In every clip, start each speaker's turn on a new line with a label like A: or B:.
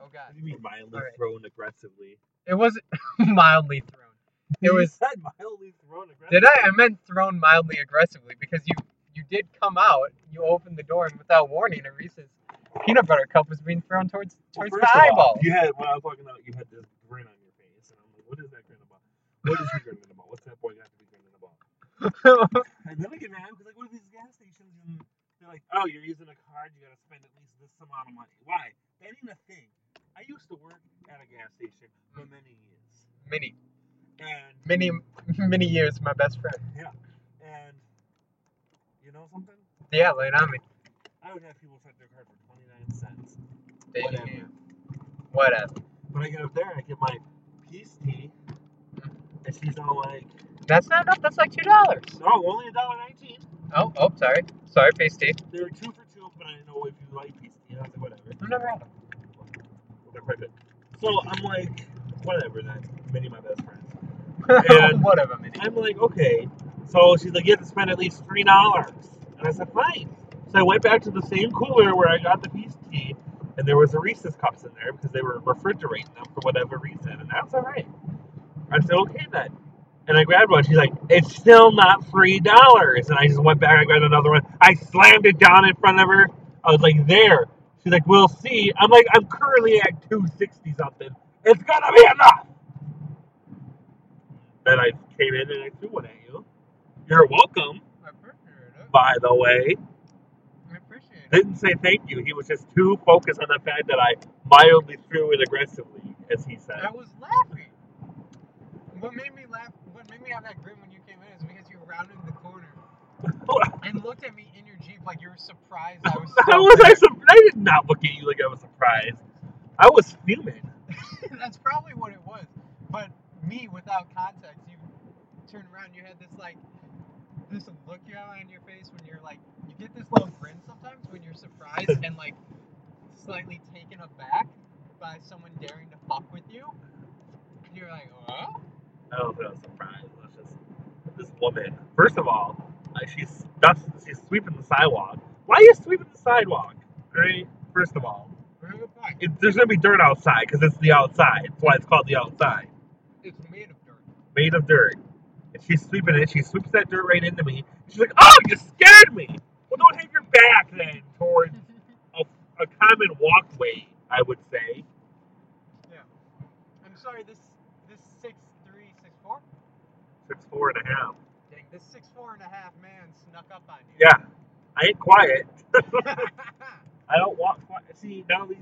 A: Oh god.
B: What do you mean mildly
A: Alright.
B: thrown aggressively?
A: It wasn't mildly thrown. It
B: You
A: was
B: said mildly thrown aggressively.
A: Did I? I meant thrown mildly aggressively because you you did come out, you opened the door, and without warning, a Reese's peanut butter cup was being thrown towards
B: Well,
A: towards
B: first
A: the
B: of all,
A: eyeball.
B: You had when I was walking out, you had this grin on your face, and I'm like, what is that grin about? What is he grinning about? What's that boy got to be grinning about? And then I get mad because like, what are these gas stations? And they're like, oh, you're using a card, you gotta spend at least this amount of money. Why? That ain't a thing. I used to work at a gas station for many years,
A: many
B: and
A: many many years, my best friend.
B: and you know something?
A: Yeah, lay it on me.
B: I would have people set their card for twenty nine cents.
A: They-
B: Whatever.
A: Whatever.
B: But I get up there, I get my peace tea, and she's all like,
A: That's not enough. That's like two dollars.
B: no, only a dollar nineteen.
A: Oh, oh, sorry, sorry, pasty.
B: They were two for two, but I didn't know if you like peace tea. And I was like, whatever.
A: I'm never out.
B: They're quite good. So I'm like, whatever, that's many of my best friends.
A: of
B: And-
A: Whatever, many.
B: I'm like, okay. So she's like, you have to spend at least three dollars. And I said, fine. So I went back to the same cooler where I got the peace tea, and there was the Reese's cups in there because they were refrigerating them for whatever reason, and that's all right. I said, okay then. And I grabbed one. She's like, it's still not three dollars. And I just went back. I grabbed another one. I slammed it down in front of her. I was like, there. She's like, we'll see. I'm like, I'm currently at two sixty something. It's gonna be enough that I came in and I threw one at you. You're welcome,
A: I appreciate it.
B: by the way.
A: I appreciate it.
B: Didn't say thank you. He was just too focused on the fact that I mildly threw it aggressively, as he said.
A: I was laughing. What made me laugh? What made me have that grin when you came in is because you rounded the corner and looked at me in your jeep like you were surprised I was.
B: How
A: still
B: was I
A: there.
B: surprised? I did not look at you like I was surprised. I was fuming.
A: That's probably what it was. But me, without context, you turned around. You had this like this look you have on your face when you're like you get this little grin sometimes when you're surprised and like slightly taken aback by someone daring to fuck with you. And you're like, oh,
B: I don't think I was surprised. I was just this woman. First of all, like she's dust, she's sweeping the sidewalk. Why are you sweeping the sidewalk? Right? First of all,
A: we're gonna fuck.
B: it, there's gonna be dirt outside because it's the outside. That's why it's called the outside.
A: It's made of dirt.
B: made of dirt. And she's sweeping it. She sweeps that dirt right into me. She's like, "Oh, you scared me." Well, don't have your back then towards a common walkway. I would say.
A: I'm sorry. This this six three six four.
B: Six four and a half.
A: Dang, this six four and a half man snuck up on you.
B: Yeah, I ain't quiet.
A: Yeah.
B: I don't walk quiet. See now these.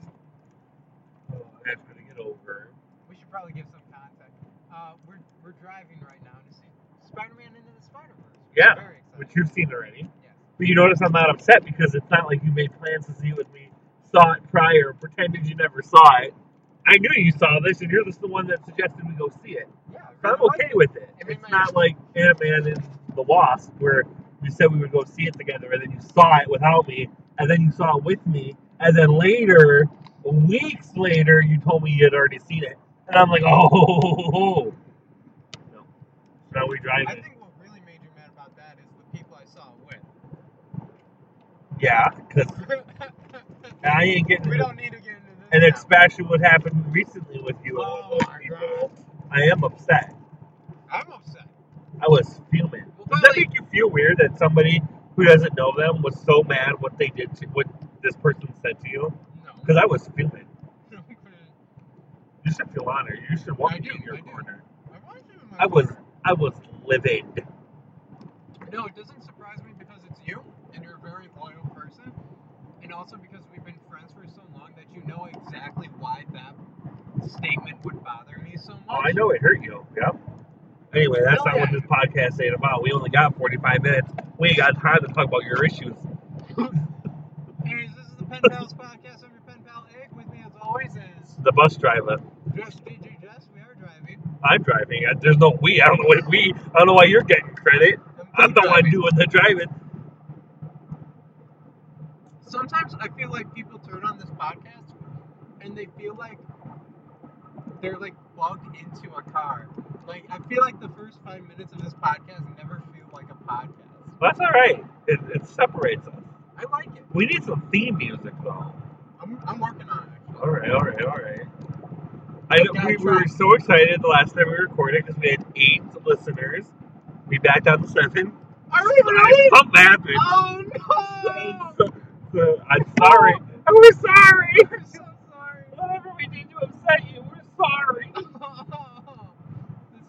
B: Oh, that's gonna get over.
A: We should probably give some context. Uh, we're, we're driving right now to see Spider-Man into the Spider-Verse. We're
B: Yeah,
A: Very
B: Which
A: excited.
B: you've seen already.
A: Yes.
B: But you notice I'm not upset because it's not like you made plans to see it with me, saw it prior, pretended you never saw it. I knew you saw this, and you're just the one that suggested we go see it.
A: Yeah. I
B: So I'm
A: really
B: okay with it.
A: I mean,
B: It's
A: my-
B: not like Ant Man and the Wasp, where you said we would go see it together, and then you saw it without me, and then you saw it with me, and then later, weeks later, you told me you had already seen it, and I'm like, oh. No. Now we
A: like
B: drive
A: it. I
B: it.
A: think what really made you mad about that is the people I saw it with.
B: Yeah, because I ain't getting.
A: we don't need to get into this.
B: and
A: now.
B: especially what happened recently with you and
A: Oh
B: all those
A: my
B: people. I am upset.
A: I'm upset.
B: I was fuming.
A: Well,
B: Does
A: but,
B: that
A: like-
B: make you feel weird that somebody who doesn't know them was so mad what they did to what this person said to you?
A: No.
B: Because I was fuming.
A: I
B: You should feel honored. You should want
A: I
B: me
A: do,
B: in your
A: I do.
B: corner.
A: want you in my
B: I was
A: corner.
B: I was livid.
A: No, it doesn't surprise me because it's you, and you're a very loyal person, and also because we've been friends for so long that you know exactly why that statement would bother me so much.
B: Oh, I know it hurt you. Yep. Anyway, that's
A: Hell
B: not what
A: yeah.
B: this podcast ain't about. We only got 45 minutes. We ain't got time to talk about your issues.
A: Anyways, this is the Pen Pals podcast. I'm your pen pal Egg. With me, as always, is
B: The bus driver.
A: Jess GG Jess. We are driving.
B: I'm driving. I- There's no we. I don't know what we. I don't know why you're getting credit. I'm the one
A: driving.
B: doing the driving.
A: Sometimes I feel like people turn on this podcast and they feel like they're like bugged into a car. Like I feel like the first five minutes of this podcast never feel like a podcast.
B: That's all right. It, it separates us.
A: I like it.
B: We need some theme music though.
A: I'm, I'm working on it. Actually.
B: All right, all right, all right. I know,
A: Gotta
B: we
A: try.
B: were so excited the last time we recorded because we had eight listeners. We backed down to seven.
A: Are we
B: I
A: ready?
B: Something happened.
A: Oh
B: So-
A: no!
B: so- so, I'm sorry. Oh, we're sorry.
A: I'm so sorry.
B: Whatever we did to upset you, we're sorry.
A: this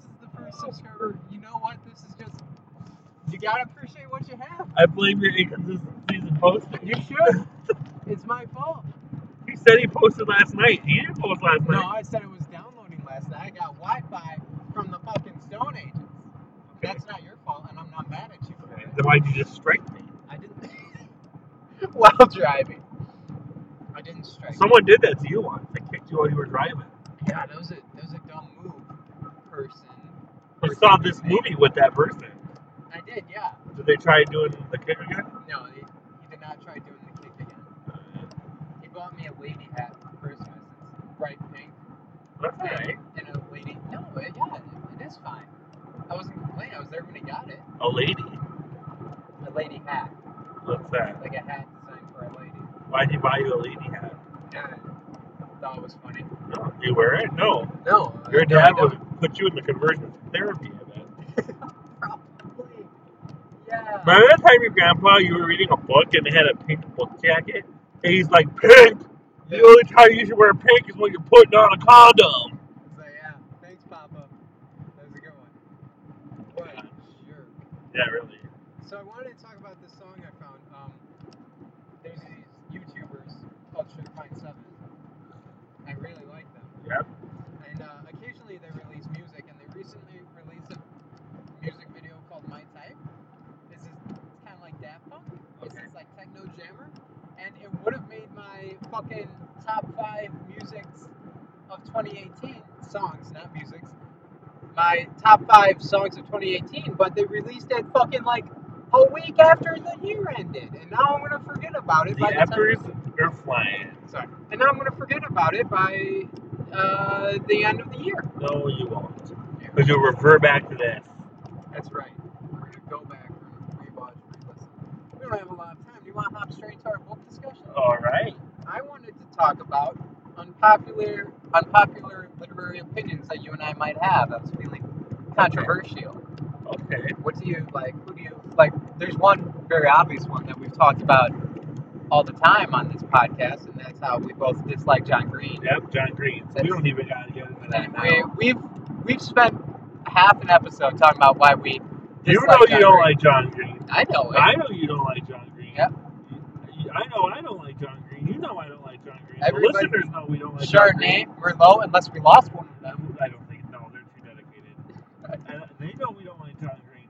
A: is the first subscriber. You know what? This is just. You gotta appreciate what you have.
B: I blame your inconsistencies in posting.
A: You should. it's my fault.
B: He said he posted last night. He didn't post last
A: No,
B: night.
A: I said it was downloading last night. I got Wi-Fi from the fucking Stone Ages. That's not your fault, and I'm not mad at you for
B: Okay,
A: it.
B: Then why'd you just strike me?
A: I didn't. While driving. I didn't strike.
B: Someone did that to you once. They kicked you while you were driving.
A: Yeah, that was a that was a dumb move, person.
B: I saw this movie with that person.
A: I did, yeah.
B: Did they try doing the kick again? Uh,
A: No, he, he did not try doing the kick again. He bought me a lady hat for Christmas. It's bright pink.
B: That's all right.
A: And a lady. No, it, yeah, it, it is fine. I wasn't complaining. I was there when he got it.
B: A lady.
A: A lady hat,
B: What's that?
A: like a hat designed for a lady.
B: Why'd he buy you a lady hat?
A: And I thought it was funny.
B: No. You wear it? No.
A: No,
B: Your
A: I-
B: dad
A: I
B: would
A: don't.
B: put you in the conversion therapy. I bet.
A: Probably. Yeah.
B: Remember that time your grandpa, you were reading a book and it had a pink book jacket? And he's like, pink! The only time you should wear pink is when you're putting on a condom.
A: So yeah, thanks, Papa. That was a good one. What a jerk.
B: Yeah, really.
A: So I wanted to talk about this song I found. Um, there's these YouTubers called Sugar Pine Seven. I really like them,
B: Yep.
A: and uh, occasionally they release music. And they recently released a music video called My Type. This is kind of like Daft Punk. This
B: Okay.
A: is like techno jammer, and it would have made my fucking top five musics of 2018 songs, not musics. My top five songs of 2018, but they released it fucking like a week after the year ended, and now I'm gonna forget about it.
B: The
A: by the
B: efforts
A: time,
B: are flying.
A: sorry, and now I'm gonna forget about it by uh, the end of the year.
B: No, you won't. Because you'll refer back to this.
A: That's right. We're gonna go back, we're gonna rewatch, re-listen. We don't have a lot of time. Do you want to hop straight to our book discussion?
B: All right.
A: I wanted to talk about unpopular unpopular literary opinions that you and I might have. That was feeling controversial.
B: Okay.
A: What do you like? Who do you like? There's one very obvious one that we've talked about all the time on this podcast, and that's how we both dislike John Green.
B: Yep, John Green. So we don't even got to get into that
A: And
B: now.
A: we, we've we've spent half an episode talking about why we.
B: You
A: dislike
B: know you
A: John
B: don't
A: Green.
B: like John Green.
A: I know it.
B: I know you don't like John Green.
A: Yep.
B: You- I know I don't like John Green. You know I don't like John Green.
A: Everybody-
B: the listeners know we don't like John Green. Um,
A: Chardonnay, Merlot, unless we lost one of them.
B: I don't think no, they're too dedicated. And they know we don't like John Green.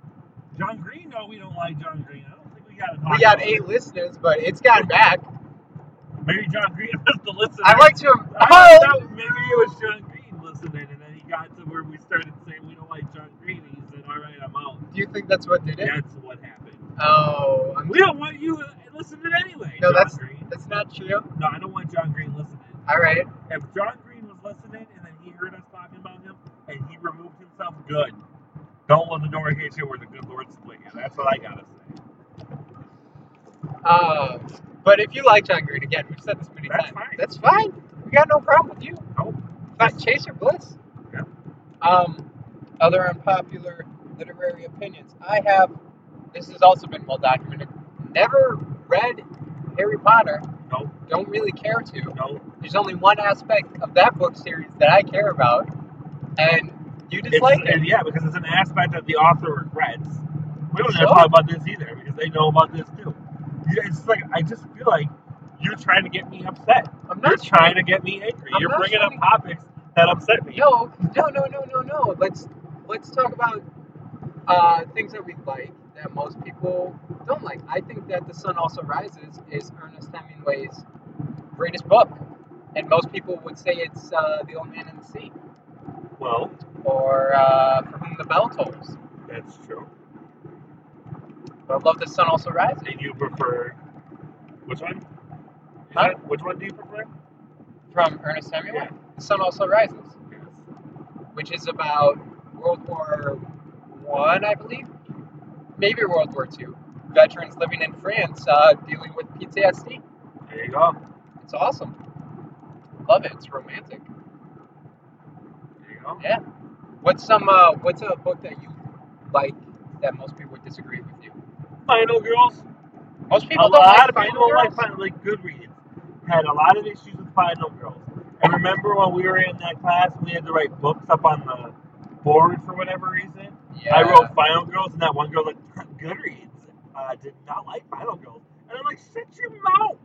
B: John Green know we don't like John Green. I don't think we gotta talk.
A: We got
B: about
A: eight listeners, but it's gotten back.
B: it. Maybe John Green was the listener.
A: I like to.
B: I
A: Oh!
B: thought maybe it was John Green listening, and then he got to where we started saying we don't like John Green, and he said, "All right, I'm out."
A: Do you think that's what did it?
B: That's what happened.
A: Oh, I'm,
B: We don't want you uh, listening anyway,
A: No,
B: John
A: that's-
B: Green.
A: that's not true.
B: No, I don't want John Green listening.
A: All right.
B: If John Green was listening and then he heard us talking about him and he removed himself, good. Don't let the door hit you where the good Lord split you. That's what I gotta say.
A: Uh, but if you like John Green again, we've said this many
B: That's
A: times.
B: fine.
A: That's fine. We got no problem with you.
B: Nope.
A: But chase your bliss.
B: Yeah.
A: Um, other unpopular literary opinions. I have. This has also been well documented. Never read Harry Potter.
B: Nope.
A: Don't really care to.
B: Nope.
A: There's only one aspect of that book series that I care about, and you
B: It's,
A: dislike it.
B: yeah, because it's an aspect that the author regrets. We don't have
A: Sure.
B: to talk about this either because they know about this too. You- It's like I just feel like you're trying to get me upset.
A: I'm
B: You're
A: not
B: trying to get me angry.
A: I'm
B: you're
A: not
B: bringing
A: trying
B: up topics that upset me.
A: No, no, no, no, no, no. Let's let's talk about uh, things that we like that most people don't like. I think that The Sun Also Rises is Ernest Hemingway's greatest book, and most people would say it's uh, The Old Man and the Sea
B: Well,
A: or uh, For Whom the Bell Tolls.
B: that's true.
A: But I love The Sun Also Rises.
B: And you prefer which one? Is
A: Huh?
B: that- which one do you prefer?
A: from Ernest Hemingway.
B: Yeah.
A: The Sun Also Rises, which is about World War One, I, believe, maybe World War Two. Veterans living in France uh, dealing with PTSD.
B: There you go.
A: It's awesome. Love it. It's romantic.
B: There you go.
A: Yeah. What's some uh, What's a book that you like that most people would disagree with you?
B: Final Girls.
A: Most people
B: a
A: don't
B: lot
A: like
B: of
A: Final
B: people don't like
A: Girls.
B: Final like Goodreads had a lot of issues with Final Girls. I remember when we were in that class, we had to write books up on the board for whatever reason.
A: Yeah.
B: I wrote Final Girls, and that one girl at Goodreads uh, did not like Final Girls. And I'm like, shut your mouth!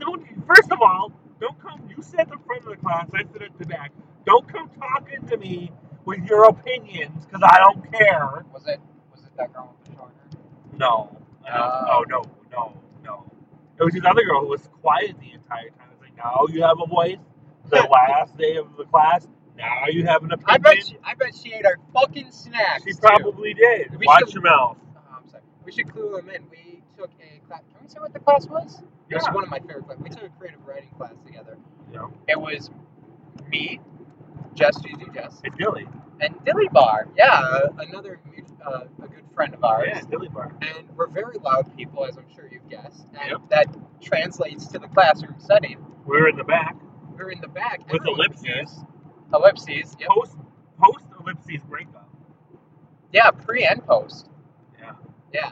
B: Don't, first of all, don't come, you sit at the front of the class, I sit at the back. Don't come talking to me with your opinions, because I don't care.
A: Was it Was it that girl with the short hair?
B: No.
A: Uh.
B: oh, no, no, no. It was this other girl who was quiet the entire time. I was like, now you have a voice. The last day of the class, now you have an
A: I
B: opinion.
A: bet. She, I bet she ate our fucking snacks.
B: she
A: too.
B: probably did.
A: We
B: Watch
A: should-
B: your mouth.
A: Oh, I'm sorry. We should clue them in. We took a class. Can we say what the class was? It was
B: Yeah.
A: one of my favorite classes. We took a creative writing class together.
B: You know,
A: It was me, Jess, Gigi, Jess,
B: it's Dilly.
A: and Dilly Bar. Yeah, uh, another mu- uh, a good friend of ours.
B: Yeah, Dilly Bar.
A: And we're very loud people, as I'm sure you've guessed. And
B: Yep.
A: that translates to the classroom setting.
B: We were in the back.
A: We're in the back.
B: With
A: everyone
B: ellipses.
A: hears Ellipses. Yep.
B: Post post ellipses breakup.
A: Yeah, pre and post.
B: Yeah.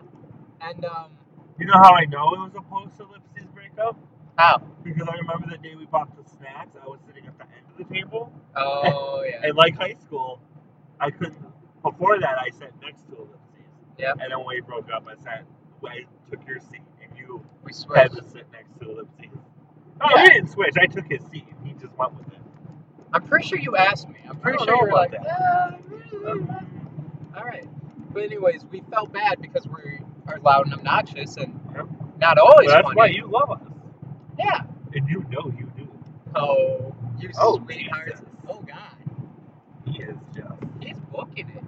A: And um,
B: You know how I know it was a post ellipses breakup?
A: how?
B: Because I remember the day we bought the snacks, I was sitting at the end of the table.
A: Oh yeah.
B: And like high school, I couldn't. Before that, I sat next to ellipses.
A: Yeah.
B: And then when we broke up, I sat. I took your seat, and you
A: We
B: had
A: switched.
B: to sit next to ellipses. Oh, we
A: Yeah.
B: didn't switch. I took his seat. and He just went with it.
A: I'm pretty sure you asked me. I'm pretty
B: don't
A: sure
B: know
A: you're like,
B: about
A: "Ah, all right. But anyways, we felt bad because we are loud and obnoxious and
B: Yep.
A: not always
B: Well, that's
A: funny.
B: why you love us,
A: yeah.
B: and you know you do.
A: Oh, you
B: Oh,
A: sweetheart.
B: Jesus.
A: Oh God,
B: He is just.
A: he's booking it.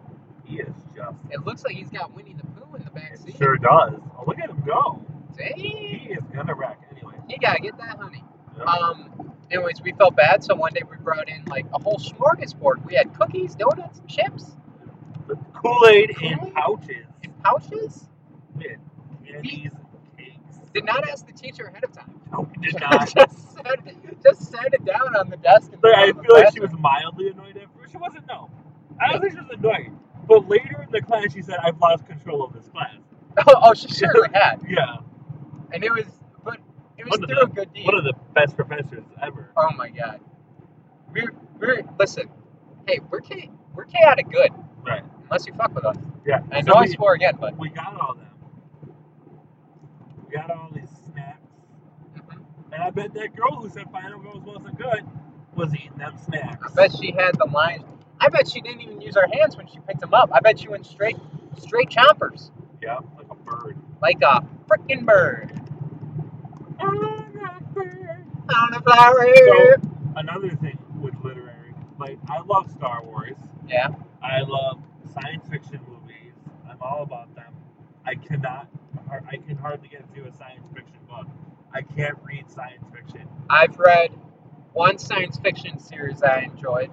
B: He is just.
A: It looks like he's got Winnie the Pooh in the back
B: It
A: seat.
B: sure does. Oh, look at him go. He
A: Dang.
B: is gonna wreck anyway.
A: You gotta get that, honey.
B: Yep.
A: Um. Anyways, we felt bad, so one day we brought in like a whole smorgasbord. We had cookies, donuts, chips,
B: The Kool-Aid in pouches.
A: and pouches.
B: With candies and cakes.
A: Did not ask the teacher ahead of time.
B: No, we did not.
A: just set just set it down on the desk. And
B: Like, I feel like she was mildly annoyed at first. She wasn't, no. I don't think she was annoyed. But later in the class, she said, I've lost control of this class.
A: Oh, oh, she surely had.
B: Yeah.
A: And it was, but it was
B: One of
A: through a
B: the-
A: good deed.
B: One of the best professors ever.
A: oh my god. We're we're listen. Hey, we're cha- we're chaotic good
B: Right.
A: unless you fuck with us.
B: Yeah.
A: I
B: So
A: know I
B: we,
A: swore again, but
B: we got all them. We got all these snacks.
A: mhm.
B: And I bet that girl who said Final Girls wasn't good was eating them
A: I
B: snacks.
A: bet she had the lines. I bet she didn't even use her hands when she picked them up. I bet she went straight straight chompers
B: Yeah, like a bird.
A: like a frickin' bird
B: Another
A: on a flower.
B: So- thing with literary, like I love Star Wars.
A: yeah.
B: I love science fiction movies. I'm all about them. I cannot, har- I can hardly get through a science fiction book. I can't read science fiction.
A: I've read one science fiction series I enjoyed.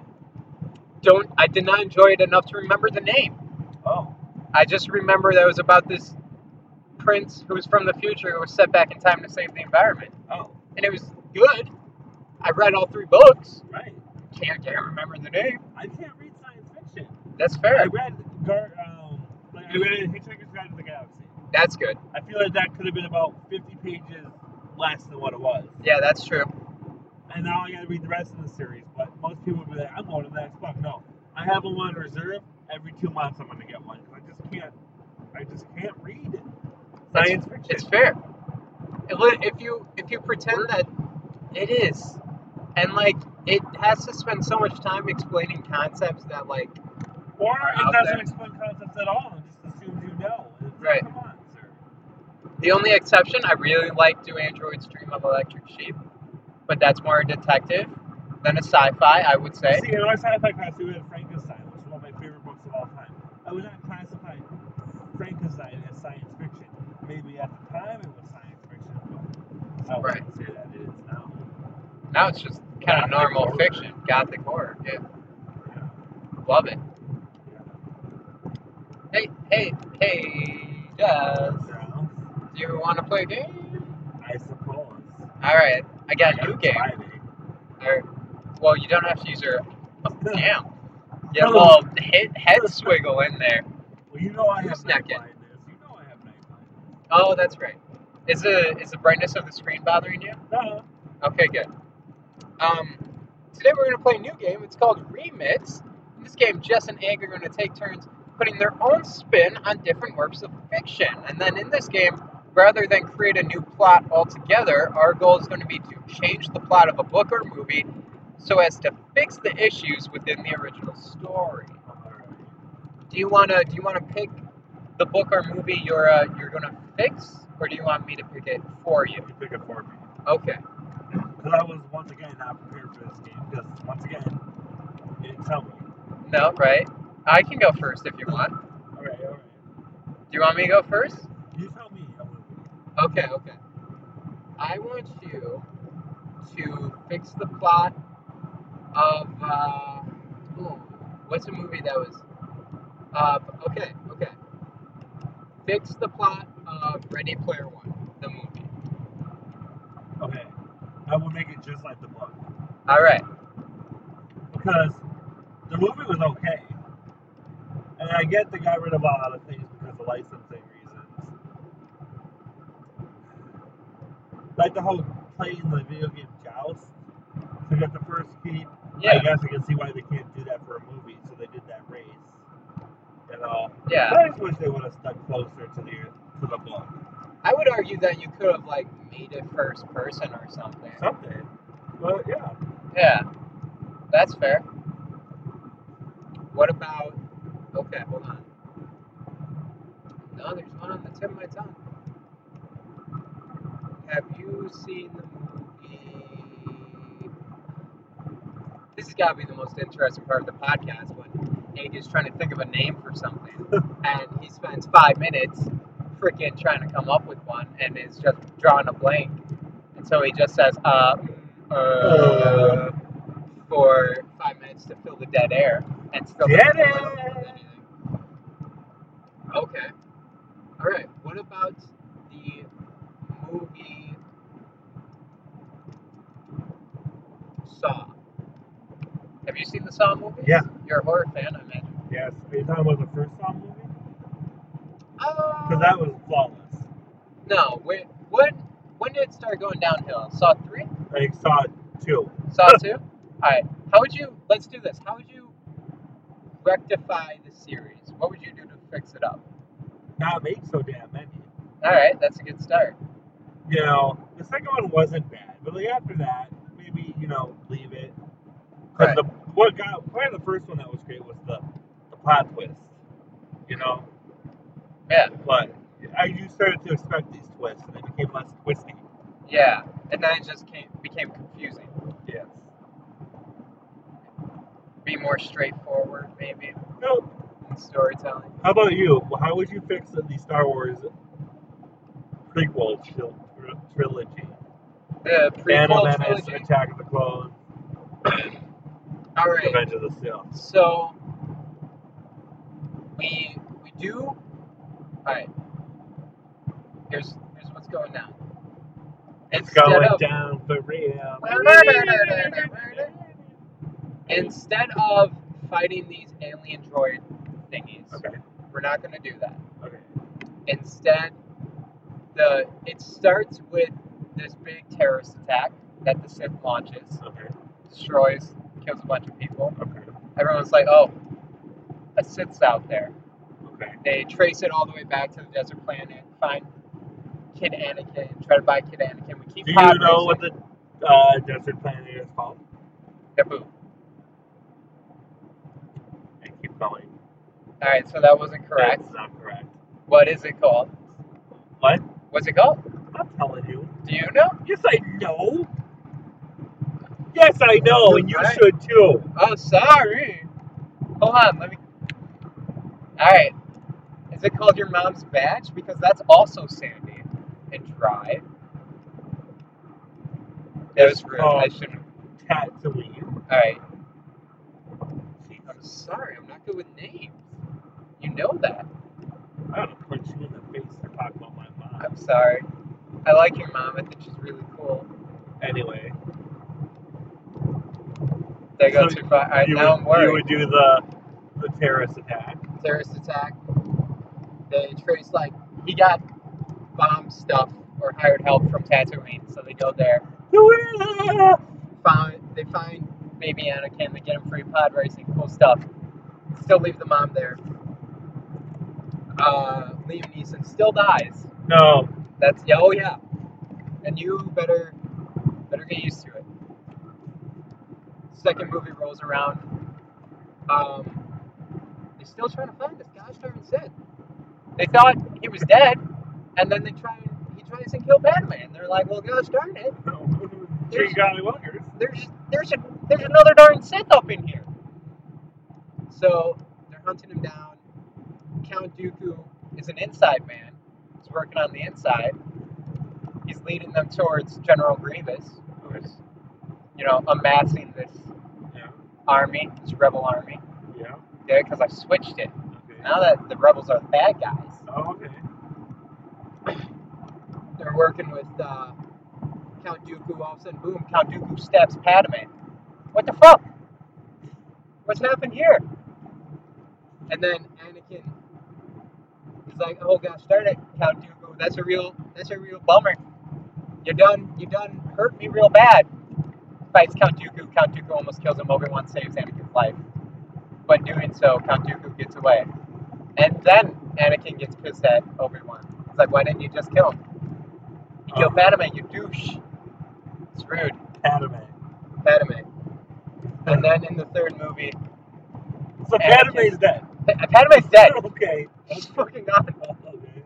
A: Don't I did not enjoy it enough to remember the name.
B: Oh,
A: I just remember that it was about this prince who was from the future who was set back in time to save the environment.
B: oh,
A: And it was good. I read all three books.
B: right.
A: Can't can't remember the name.
B: I can't read science fiction.
A: That's
B: I
A: fair.
B: read Gar, um, like I read Hitchhiker's Guide to the Galaxy.
A: That's good.
B: I feel like that could have been about 50 pages less than what it was.
A: Yeah, that's true.
B: and now I got to read the rest of the series. But most people would be like, I'm going to the next book. No, I have them on reserve. Every two months, I'm going to get one. 'cause I just can't. I just can't read science fiction.
A: It's fair. It li- If you if you pretend that it is, and like it has to spend so much time explaining concepts that like
B: or
A: out
B: it doesn't
A: there.
B: explain concepts at all and just assumes you know. And it's like,
A: Right.
B: Come on, sir.
A: The only exception, I really like Do Androids Dream of Electric Sheep, but that's more a detective than a sci-fi, I would say.
B: See, in our sci-fi class, we had Frankenstein, which is one of my favorite books of all time. I would not classify Frankenstein as science fiction. Maybe at the time it was science fiction, but I
A: Right.
B: wouldn't say that it is now.
A: Now it's just kind of
B: Gothic
A: normal
B: horror.
A: fiction, gothic horror. Yeah,
B: Yeah.
A: love it.
B: Yeah.
A: Hey, hey, hey, Jess,
B: So,
A: do you want to play a game?
B: I suppose.
A: All right, I got a new game.
B: Friday.
A: There. Well, you don't have to use your. Damn. Yeah.
B: No.
A: Well, head, head swiggle in there.
B: Well, you know I
A: Who's
B: have night
A: snacking?
B: blindness. You know I have night blindness.
A: Oh, that's right. Is the is the brightness of the screen bothering you?
B: No.
A: Okay, good. Um, today we're going to play a new game. It's called Remix. In this game, Jess and Egg are going to take turns putting their own spin on different works of fiction. And then in this game, rather than create a new plot altogether, our goal is going to be to change the plot of a book or movie so as to fix the issues within the original story. Do you want to do you want to pick the book or movie you're uh, you're going to fix or do you want me to pick it for you?
B: You pick it for me.
A: Okay.
B: Because I was once again not prepared for this game. Because once again, you didn't tell me.
A: No, right? I can go first if you want.
B: All right, all right.
A: Do you want me to go first?
B: You tell me. I will.
A: Okay, okay. I want you to fix the plot of uh, ooh, what's a movie that was? Uh, okay, okay. Fix the plot of Ready Player One, the movie.
B: Okay. I will make it just like the book.
A: All right.
B: Because the movie was okay. And I get they got rid of a lot of things because of licensing reasons. Like the whole playing the video game joust. So you got the first key. I
A: Yeah,
B: guess I can see why they can't do that for a movie, so they did that race. And all.
A: yeah.
B: I just wish they would have stuck closer to the to the book.
A: I would argue that you could have like made it first person or something.
B: Something. Well, yeah.
A: Yeah, that's fair. What about? Okay, hold on. No, there's one on the tip of my tongue. Have you seen the movie? This has got to be the most interesting part of the podcast when Hank is trying to think of a name for something, and he spends five minutes freaking trying to come up with one, and is just drawing a blank, and so he just says, "Uh, uh," for five minutes to fill the dead air, and still
B: Dead
A: doesn't come up
B: air!
A: with anything. Okay. All right. What about the movie Saw? Have you seen the Saw movie?
B: Yeah.
A: You're a horror fan, I imagine.
B: Yes. Are you talking about the first Saw movie?
A: Oh.
B: Because that was flawless.
A: No. When when when did it start going downhill? Saw three.
B: Like Saw two.
A: Saw two. All right. How would you? Let's do this. How would you rectify the series? What would you do to fix it up?
B: Not make so damn many.
A: All right. That's a good start.
B: You know, the second one wasn't bad, but like after that, maybe you know, leave it. 'Cause
A: Right.
B: the what got probably the first one that was great was the the plot twist. You know,
A: Yeah.
B: but I you started to expect these twists, and they became less twisty.
A: Yeah. And then it just came became confusing.
B: Yes.
A: Be more straightforward, maybe.
B: So,
A: in storytelling.
B: how about you? How would you fix the Star Wars prequel tril- tr- trilogy?
A: The
B: Phantom
A: prequel
B: Menace,
A: trilogy.
B: Attack of the Clones,
A: All right.
B: Revenge of the Sith.
A: So we we do. All right. Here's here's what's going down.
B: It's
A: Instead
B: going
A: of-
B: down for real.
A: Instead of fighting these alien droid thingies,
B: Okay.
A: we're not going to do that.
B: Okay.
A: Instead, the it starts with this big terrorist attack that the Sith launches,
B: Okay.
A: destroys, kills a bunch of people.
B: Okay.
A: Everyone's like, "Oh, a Sith's out there."
B: Okay.
A: They trace it all the way back to the desert planet, find Kid Anakin, try to buy Kid Anakin. We keep
B: Do
A: pod
B: you
A: racing.
B: know what the uh, desert planet is called?
A: Naboo.
B: I keep calling.
A: All right, so that wasn't correct.
B: That's not correct.
A: What is it called?
B: What?
A: What's it called?
B: I'm not telling you.
A: Do you know?
B: Yes, I know. Yes, I know, and you
A: Right.
B: should too.
A: Oh, sorry. Hold on, let me. All right. Is it called your mom's badge? Because that's also sandy and dry. That was rude. I
B: called-
A: shouldn't.
B: Tatooine.
A: All right. I'm sorry. I'm not good with names. You know that.
B: I'm gonna punch you in the face for talking about my mom.
A: I'm sorry. I like your mom. I think she's really cool.
B: Anyway,
A: that goes
B: So
A: too far. I,
B: you
A: now
B: would,
A: I'm
B: You
A: worried.
B: would do the the terrorist attack.
A: Terrorist attack. They trace like he got bomb stuff or hired help from Tatooine, so they go there. Found they find baby Anakin. They get him free pod racing, cool stuff. Still leave the mom there. Uh, Liam Neeson still dies.
B: No,
A: That's yeah, oh yeah. And you better better get used to it. Second movie rolls around. Um, they're still trying to find this gosh darn Sid. They thought he was dead, and then they try and he tries and kill Batman. They're like, well, gosh darn it,
B: Jane Golly Walkers.
A: there's there's a there's another darn Sith up in here. So they're hunting him down. Count Dooku is an inside man. He's working on the inside. He's leading them towards General Grievous, who is, you know, amassing this
B: Yeah,
A: army, this rebel army.
B: yeah.
A: Yeah, because I switched it.
B: Okay.
A: Now that the rebels are the bad guys,
B: Oh, okay.
A: they're working with uh, Count Dooku. All of a sudden, boom! Count Dooku stabs Padme. What the fuck? What's happened here? And then Anakin is like, "Oh gosh, darn it, Count Dooku! That's a real, that's a real bummer. You done, you done hurt me real bad." Fights Count Dooku. Count Dooku almost kills him. Obi Wan saves Anakin's life, but doing so, Count Dooku gets away. And then Anakin gets pissed at Obi Wan. It's like, "Why didn't you just kill him?" You kill
B: Oh.
A: Padme, you douche. It's rude.
B: Padme.
A: Padme. And then in the third movie,
B: So
A: Anakin.
B: Padme is dead.
A: Pa- Padme's dead.
B: Okay.
A: She's fucking gone.
B: Okay.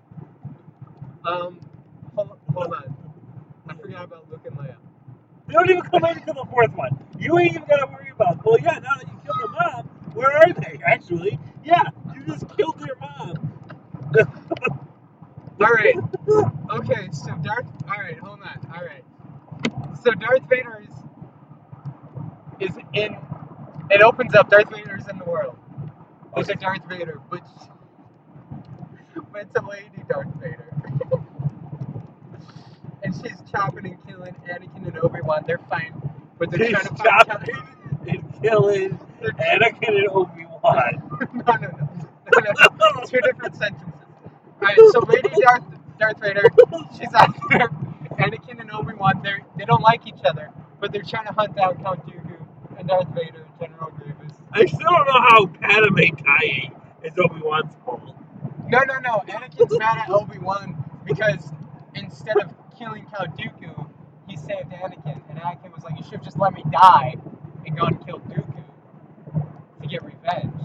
A: Um, hold, hold on. I forgot about Luke and Leia.
B: They don't even come in until the fourth one. You ain't even gotta worry about. Well, yeah. Now that you killed the mom, where are they? Actually, yeah. You just killed their mom.
A: All right. Okay, so Darth. All right, hold on. All right. So Darth Vader is is in. It opens up. Darth Vader is in the world. There's a Darth Vader, but but it's a lady Darth Vader. and she's chopping and killing Anakin and Obi Wan. They're fine, but they're
B: He's
A: trying to find.
B: chopping and killing
A: They're-
B: Anakin and Obi Wan.
A: no, no, no, no, no, no. Two different sentences. Alright, so Lady Darth, Darth Vader, she's out there. Anakin and Obi Wan, they they don't like each other, but they're trying to hunt down Count Dooku and Darth Vader and General Grievous.
B: I still don't know how Padme dying is Obi Wan's fault.
A: No, no, no. Anakin's mad at Obi Wan because instead of killing Count Dooku, he saved Anakin, and Anakin was like, "You should have just let me die and gone and killed Dooku to get revenge."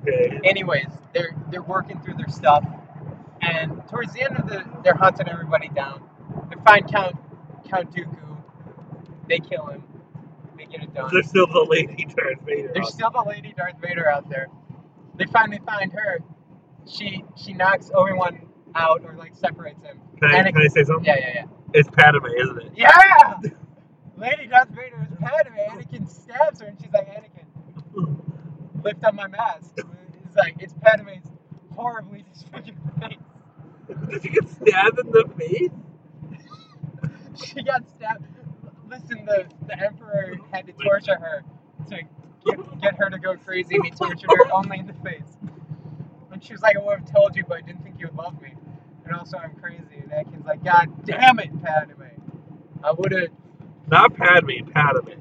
B: Okay.
A: Anyways, they're they're working through their stuff, and towards the end of the, they're hunting everybody down. They find Count Count Dooku. They kill him. They get it done.
B: There's still the lady Darth Vader.
A: There's still the lady Darth Vader out there. They finally find her. She she knocks Obi Wan out or like separates him.
B: Can I,
A: Anakin-
B: can I say something?
A: Yeah, yeah,
B: It's Padme, isn't it?
A: yeah. Yeah. lady Darth Vader is Padme. Anakin stabs her, and she's like, Anakin, lift up my mask. It's like it's Padme's horribly disfigured face.
B: Did you get stabbed in the face?
A: She got stabbed. Listen, the the Emperor had to torture her to get, get her to go crazy, and he tortured her only in the face. And she was like, "I would have told you, but I didn't think you would love me." And also, I'm crazy. And Anakin's like, "God damn it, Padme! I would have.
B: Not Padme, Padme.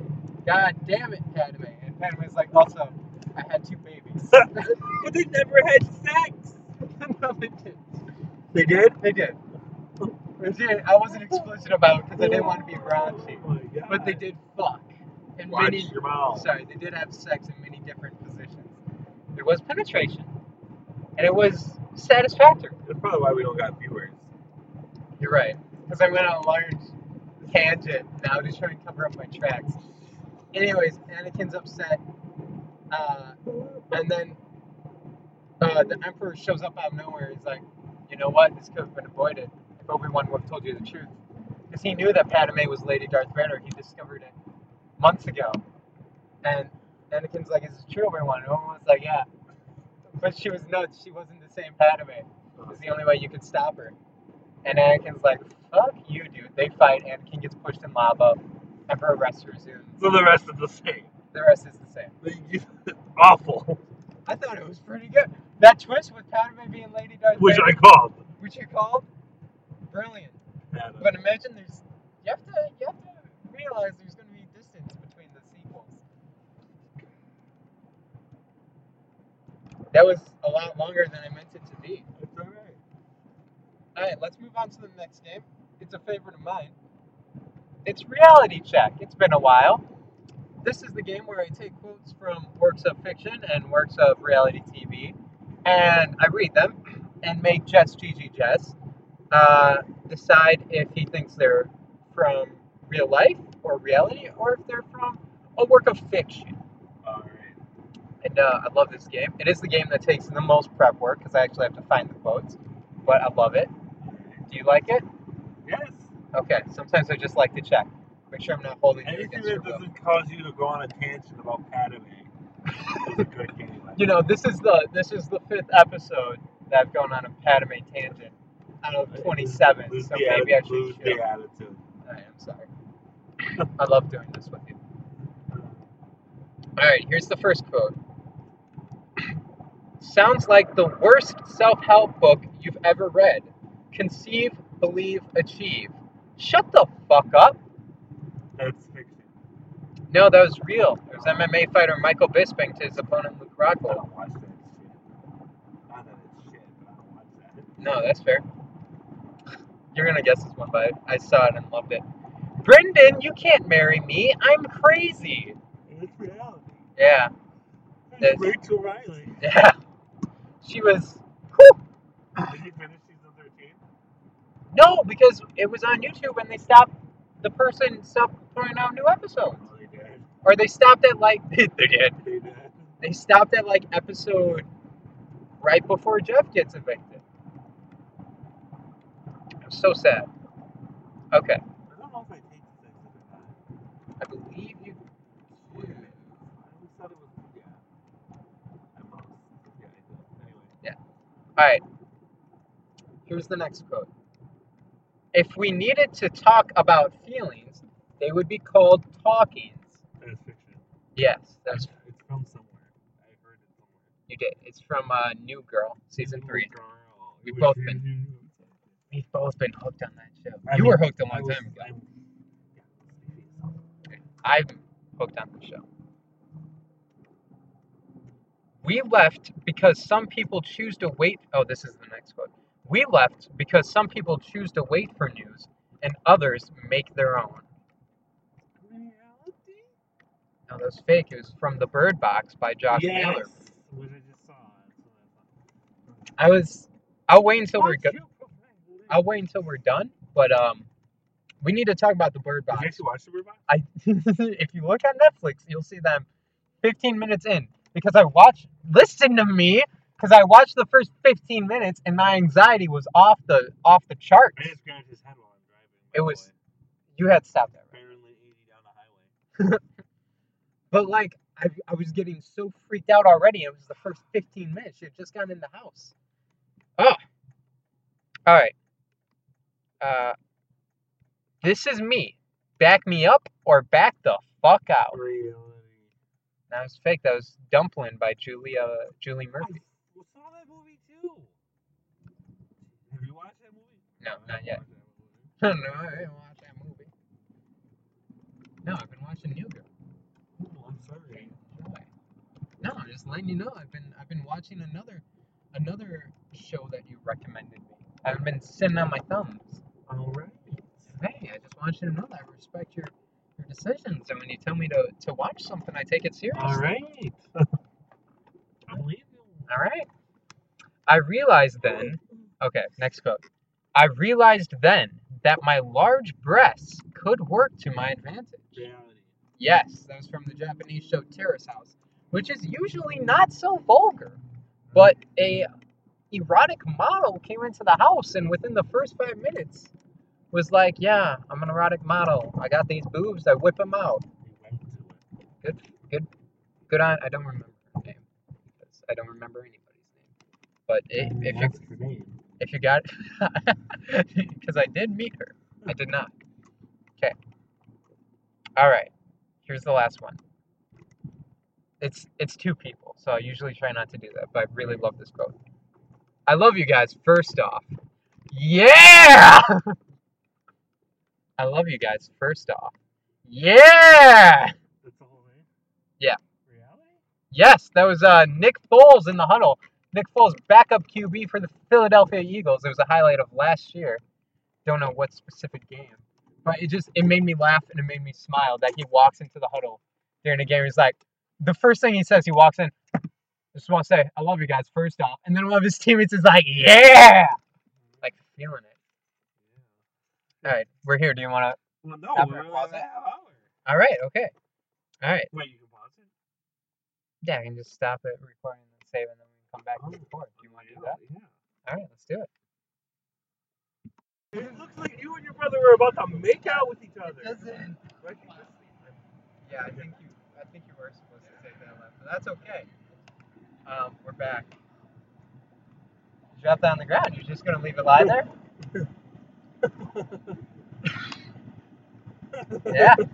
A: God damn it, Padme!" And Padme's like, "Also, I had two babies."
B: but they never had sex.
A: no, they did.
B: They did?
A: They did. They did. I wasn't explicit about because I didn't want to be raunchy,
B: Oh my god.
A: but they did fuck. And
B: Watch
A: many,
B: your mouth.
A: Sorry, they did have sex in many different positions. There was penetration, and it was satisfactory.
B: That's probably why we don't got viewers.
A: You're right, because I went on a large tangent now to try and cover up my tracks. Anyways, Anakin's upset, uh, and then uh, the Emperor shows up out of nowhere. He's like, "You know what? This could have been avoided if Obi Wan would have told you the truth." Because he knew that Padme was Lady Darth Vader. He discovered it months ago. And Anakin's like, is it true, everyone? And everyone's like, yeah. But she was nuts. She wasn't the same Padme. It was the only way you could stop her. And Anakin's like, fuck you, dude. They fight. Anakin gets pushed in lava. Emperor arrest resumes.
B: So the rest is the same.
A: The rest is the same.
B: Awful,
A: I thought it was pretty good. That twist with Padme being Lady Darth
B: which I
A: Vader,
B: called.
A: which you called brilliant.
B: And, uh,
A: But imagine there's you have to you have to realize there's going to be distance between the sequels. That was a lot longer than I meant it to be.
B: It's all right.
A: All right, let's move on to the next game. It's a favorite of mine. It's Reality Check. It's been a while. This is the game where I take quotes from works of fiction and works of reality TV, and I read them and make Jess GG Jess uh, decide if he thinks they're from real life or reality or if they're from a work of fiction.
B: All right.
A: And uh, I love this game. It is the game that takes the most prep work because I actually have to find the quotes, but I love it. Do you like it?
B: Yes.
A: Okay. Sometimes I just like to check, make sure I'm not holding you
B: Anything
A: against your
B: that
A: will.
B: doesn't cause you to go on a tangent about Padme is a good game.
A: You know, this is the this is the fifth episode that I've gone on a Padme tangent out of 27,
B: Lose
A: so
B: the
A: maybe I
B: attitude-
A: should
B: lose
A: chill.
B: the attitude.
A: I am sorry. I love doing this with you. All right, here's the first quote. Sounds like the worst self help book you've ever read. Conceive, believe, achieve. Shut the fuck up.
B: That's fiction.
A: No, that was real. It was MMA fighter Michael Bisping to his opponent Luke
B: I
A: Rockhold.
B: don't watch that shit. Not that it's shit, but I don't watch that.
A: No, that's fair. You're gonna guess this one, but I saw it and loved it. Brendan, you can't marry me. I'm crazy.
B: It's reality.
A: Yeah, That's-
B: It's Rachel Riley.
A: yeah. She was.
B: Did you finish season 13?
A: No, because it was on YouTube and they stopped. The person stopped putting out new episodes,
B: Oh, they did.
A: or they stopped at like they did.
B: They did.
A: They stopped at like episode right before Jeff gets evicted. I'm so sad. Okay,
B: I don't know if I take the sex or not.
A: I believe you.
B: Wait a minute. I always thought it was, yeah. I'm lost. Yeah, I did. Anyway.
A: All right. Here's the next quote. If we needed to talk about feelings, they would be called talkings.
B: That is fiction.
A: Yes, that's
B: It's from somewhere. I heard it somewhere.
A: you did. It's from uh, New Girl, season three.
B: Girl.
A: We've
B: It
A: both
B: was-
A: We've both been hooked on that show.
B: I
A: you
B: mean,
A: were hooked a
B: I
A: long
B: was-
A: time ago.
B: I'm- yeah, I feel so.
A: I'm hooked on the show. We left because some people choose to wait. Oh, this is the next quote. We left because some people choose to wait for news and others make their own.
B: Reality?
A: No, that was fake. It was from The Bird Box by Josh Naylor.
B: Which I just saw. That's what I thought.
A: I was. I'll wait until we're.
B: Aren't
A: Go-
B: you professional?
A: I'll wait until we're done. But um, we need to talk about the Bird
B: Did you
A: Box.
B: actually watch the Bird Box?
A: I. if you look on Netflix, you'll see them. Fifteen minutes in, because I watched. Listen to me, because I watched the first fifteen minutes, and my anxiety was off the off the charts.
B: I just grabbed his head while I'm driving. by
A: It
B: the
A: was-
B: way.
A: You had to stop that. Right?
B: barely 80 down the highway.
A: But like, I, I was getting so freaked out already. It was the first 15 minutes. She had just gotten in the house. Oh. All right. Uh, this is me. Back me up or back the fuck out.
B: Reality.
A: That was fake. That was Dumpling by Julia Julie Murphy.
B: I saw that movie too. Have you watched that movie?
A: No,
B: I
A: not
B: haven't
A: yet.
B: watched that movie.
A: no, I didn't watch that movie. No, I've been watching New Girl.
B: Ooh, Oh, I'm sorry.
A: Why? No, I'm just letting you know. I've been I've been watching another another show that you recommended me. I've been sitting on my thumbs.
B: Alright.
A: Hey, I just want you to know that I respect your your decisions, and when you tell me to, to watch something, I take it seriously.
B: Alright. I'm leaving.
A: All right. I realized then. Okay, next quote. I realized then that my large breasts could work to my advantage.
B: Reality.
A: Yes, that was from the Japanese show Terrace House, which is usually not so vulgar, but a erotic model came into the house and within the first five minutes was like, "Yeah, I'm an erotic model. I got these boobs. I whip them out.
B: We went to it.
A: Good, good, good on." I don't remember her name because I don't remember anybody's name. But i
B: And
A: if you
B: that's her name.
A: if you got, because I did meet her. I did not. Okay. All right. Here's the last one. It's it's two people, so I usually try not to do that, but I really love this quote. I love you guys. First off, yeah. I love you guys. First off, yeah.
B: That's the whole thing?
A: Yeah.
B: Reality?
A: Yes, that was uh, Nick Foles in the huddle. Nick Foles, backup QB for the Philadelphia Eagles. It was a highlight of last year. Don't know what specific game, but it just it made me laugh and it made me smile that he walks into the huddle during a game. He's like, the first thing he says, he walks in. Just want to say, I love you guys. First off, and then one of his teammates is like, yeah, like feeling it. All right, we're here. Do you want to?
B: Well, no,
A: Stop
B: we're
A: it.
B: at
A: Pause it.
B: a half hour.
A: All right, okay. All right,
B: Wait, you can pause it?
A: yeah, I can just stop it, recording, and save, and then we can come
B: Oh,
A: back and record. Do you want to do that?
B: Yeah.
A: All right, let's do it.
B: It looks like you and your brother were about to make out with each other.
A: Doesn't.
B: Why'd you just leave?
A: Yeah, I think you. I think you were supposed to take that left, but that's okay. Um, we're back. Drop that on the ground. You're just gonna leave it lie there? Yeah.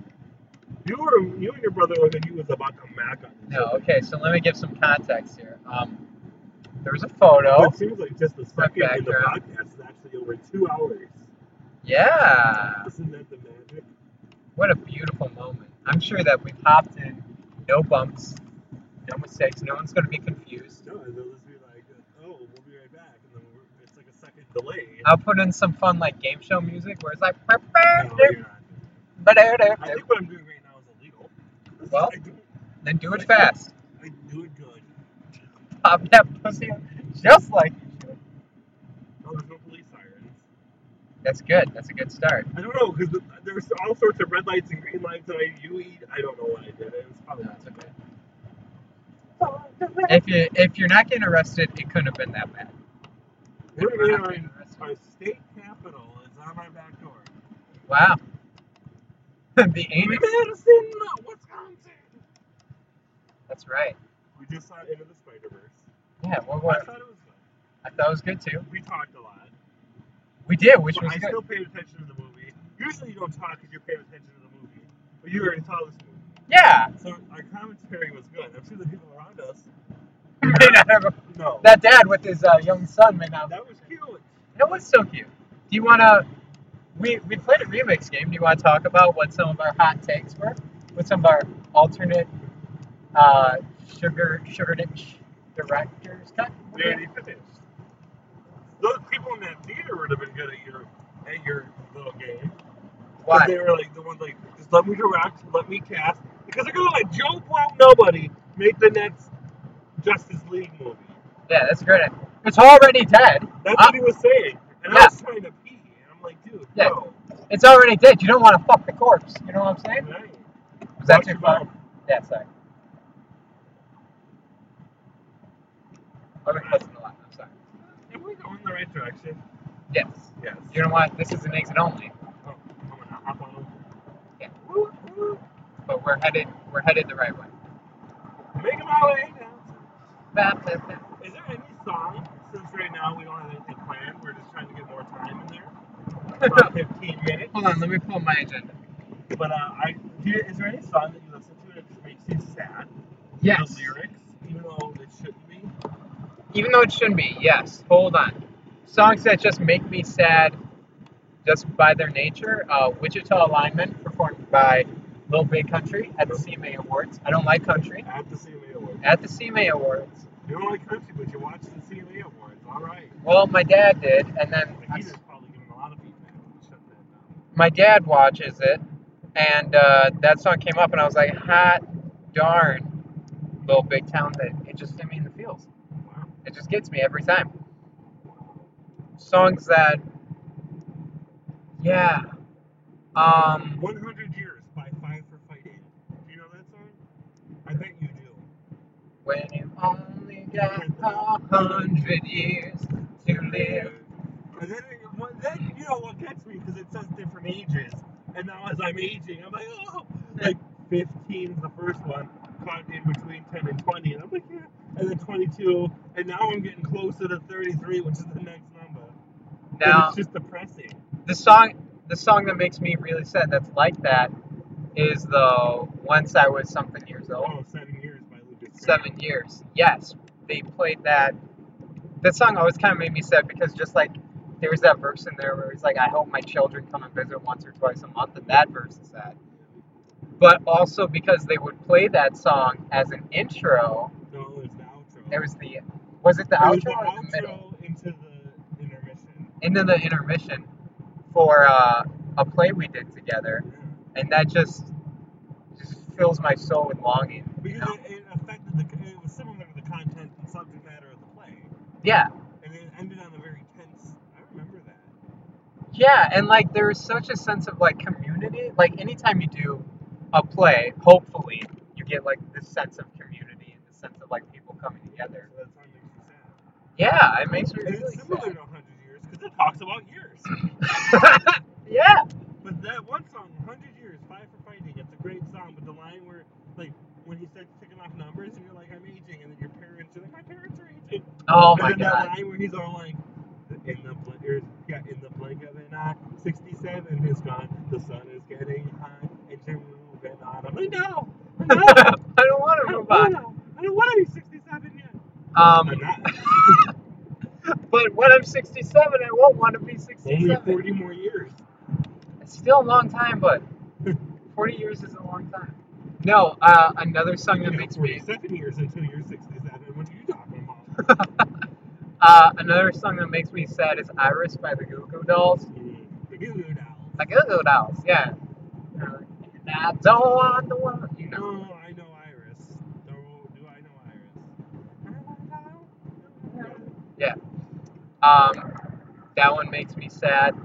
B: You were you and your brother looked like you was about to mac on each
A: No.
B: other.
A: Okay. So let me give some context here. Um, there was a photo.
B: It seems like just the second in the
A: background.
B: podcast is actually over two hours.
A: Yeah.
B: Isn't that the magic?
A: What a beautiful moment. I'm sure that we popped in. No bumps. No mistakes. No one's gonna be confused.
B: No, and they'll just be like, oh, we'll be right back, and then we're, it's like a second delay.
A: I'll put in some fun like game show music where it's like.
B: No, you're not. I think what I'm doing right now is illegal.
A: Well.
B: I do,
A: Then do it fast.
B: I do it good.
A: Pop that pussy just like you should.
B: No, there's no police sirens.
A: That's good. That's a good start.
B: I don't know because there's all sorts of red lights and green lights, and I you eat. I don't know what I did. It was
A: Oh,
B: probably not okay.
A: If you if you're not getting arrested, it couldn't have been that bad.
B: We're
A: We're
B: in
A: not
B: our,
A: getting arrested.
B: our state capital is on our back door.
A: Wow. the anus.
B: Madison, Wisconsin.
A: That's right.
B: We just saw Into the Spider Verse.
A: Yeah. What
B: I
A: what?
B: thought it was good.
A: I thought it was good too.
B: We talked a lot,
A: We did, which
B: but
A: was
B: I
A: good.
B: still paid attention to the movie. Usually you don't talk if you're paying attention to the movie, but you already saw this movie.
A: Yeah.
B: So our commentary was good. I'm sure the people around us.
A: May not have-
B: No.
A: that dad with his uh, young son may not.
B: that was cute.
A: No one's so cute. Do you wanna? We we played a remix game. Do you want to talk about what some of our hot takes were? What some of our alternate uh, sugar sugar ditch directors cut?
B: We already finished. Those people in that theater would have been good at your at your little game. 'Cause
A: Why?
B: They were like the ones like, just let me direct, let me cast, because they're gonna let Joe Blow nobody make the next Justice League movie.
A: Yeah, that's a great. idea. It's already dead.
B: That's
A: Ah.
B: what he was saying, and I
A: Yeah.
B: was trying to pee, and I'm like, dude,
A: Yeah.
B: no,
A: It's already dead. You don't want to fuck the corpse. You know what I'm saying?
B: right.
A: Was that
B: Watch
A: too
B: your
A: far?
B: mouth.
A: Yeah, sorry. I've been cussing a lot. I'm sorry.
B: Am we going the right direction?
A: Yes.
B: Yes.
A: You know what? This is an exit only,
B: Oh, I'm gonna hop on over.
A: Yeah.
B: Woo, woo.
A: but we're headed we're headed the right way.
B: Making my way now.
A: Bap, bap, bap.
B: Is there any song, since right now we don't have anything planned, we're just trying to get more time in there? About 15 minutes.
A: Hold on, let me pull my agenda.
B: But uh, I, do you, is there any song that you listen to that just makes you sad?
A: Yes.
B: The lyrics, even though it shouldn't be?
A: Even though it shouldn't be, yes. Hold on. Songs that just make me sad just by their nature. Uh, Wichita Alignment, performed by Lil Big Country at the CMA Awards. I don't like country.
B: At the CMA Awards.
A: At the CMA Awards.
B: You don't like country, but you watch the CMA Awards. All right.
A: Well, my dad did, and then
B: But he's probably giving a lot of feedback. We shut that down.
A: my dad watches it, and uh, that song came up, and I was like, hot darn, Little Big Town, that it just hit me in the feels.
B: Wow.
A: It just gets me every time. Songs that, yeah, um,
B: 100 Years by Five for Fighting. Do you know that song? I bet you do.
A: when you only got a hundred years to live.
B: And then, well, then you know what gets me because it says different ages, and now as I'm aging, I'm like, oh, like 15's the first one, caught in between 10 and 20, and I'm like, yeah, and then 22, and now I'm getting closer to 33, which is the next number. And
A: Now,
B: it's just depressing.
A: the song the song that makes me really sad that's like that is the once i was something years old
B: Oh, seven years by Lou
A: seven years. Yes, they played that. That song always kind of made me sad because just like there was that verse in there where he's like, "I hope my children come and visit once or twice a month," and that verse is sad. But also because they would play that song as an intro.
B: No, it was the outro.
A: It was the was it the
B: It was
A: outro or the
B: the
A: middle?
B: outro into the intermission.
A: Into the intermission for uh, a play we did together, and that just just fills my soul with longing. you
B: Because
A: know?
B: it, it affected the. It was similar to the content and subject matter of the play,
A: Yeah,
B: and it ended on a very tense. I remember that.
A: Yeah, and like there is such a sense of like community. Like anytime you do a play, hopefully you get like this sense of community and this sense of like people coming together.
B: So that song makes me sad.
A: Yeah, it makes me
B: And
A: really
B: it's similar
A: sad.
B: to Hundred Years because it talks about years.
A: yeah,
B: But that one song, 100 Years, Five for Fighting, it's a great song, but the line where, like, when he starts picking off numbers and you're like, I'm aging, and then your parents are like, my parents are aging.
A: Oh
B: and
A: my
B: then
A: God.
B: that line where he's all like, in the, bl- or, yeah, in the blink of an eye, 67 is gone, the sun is getting hot, and you're moving on. I'm like, no, no,
A: I don't want
B: I
A: to
B: don't
A: move on.
B: wanna- I don't want to be 67 yet. I'm
A: Um,
B: not.
A: but when I'm 67, I won't want to be
B: Only
A: 67.
B: 40 more years.
A: It's still a long time, but 40 years is a long time. No, uh, another song that
B: You know,
A: makes me
B: 47 years until you're 67. What are you talking about?
A: uh, another song that makes me sad is "Iris" by the Goo Goo Dolls.
B: The Goo Goo Dolls.
A: Like Goo Goo Dolls, yeah. And I don't want the world, you know.
B: No, I know Iris. Do, do I know Iris?
A: Yeah. Um, that one makes me sad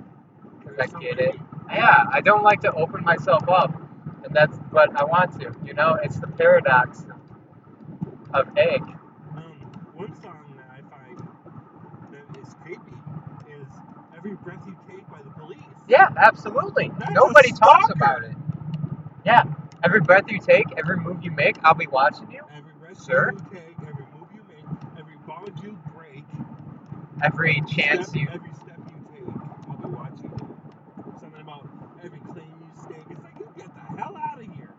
A: because I get it. Yeah, I don't like to open myself up, and that's but I want to. You know, it's the paradox of egg.
B: Um, one song that I find that is creepy is Every Breath You Take by the Police.
A: Yeah, absolutely.
B: That's a
A: Nobody talks
B: stalker.
A: about it. Yeah. Every breath you take, every move you make, I'll be watching you.
B: Every breath
A: Sure.
B: you take, every move you make, every bond you break,
A: Every chance
B: step,
A: you.
B: every step you take, I'll be watching you. Something about every claim you stake. It's like, you get the hell out of here.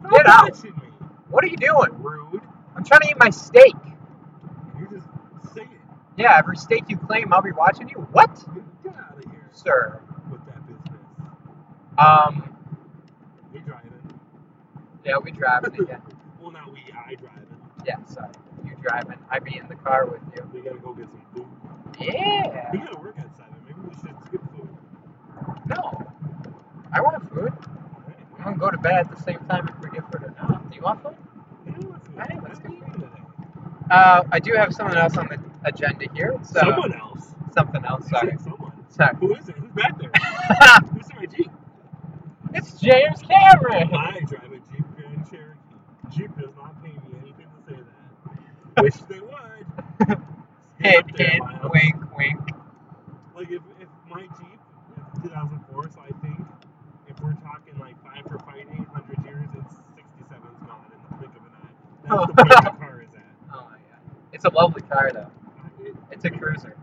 B: Stop
A: Get out.
B: touching me.
A: What are you doing?
B: Rude.
A: I'm trying to eat my steak.
B: You just say it.
A: Yeah, every steak you claim, I'll be watching you. What,
B: Get out of here.
A: sir?
B: with that business.
A: Um,
B: We driving.
A: yeah, we driving again.
B: Well, not we. I driving.
A: Yeah, sorry. You driving. I be in the car with you.
B: We gotta go get some food.
A: Yeah.
B: We gotta work at seven. Maybe we should skip food.
A: No. I want food.
B: Alright.
A: I'm gonna go to bed at the same time and forget food or not. Do you want food?
B: You know what's good?
A: Alright, let's
B: I'm
A: go.
B: eating today.
A: Uh, I do have someone else on the agenda here. So
B: Someone else.
A: something else. Sorry.
B: Shit, Someone.
A: Sorry.
B: Who is it? Who's back there? Who's in my jeep?
A: it's James Cameron.
B: I drive a Jeep Grand Cherokee. Jeep does not pay me anything to say that. Wish they would. Get
A: Hint,
B: up there,
A: hint,
B: Miles.
A: wink, wink.
B: Like if, if my Jeep, is 2004, so I think if we're talking like five for fighting, 100 years, it's 67 is gone in the blink of an eye. That's the point the car is at.
A: Oh my god. It's a lovely car though.
B: It,
A: It's a cruiser.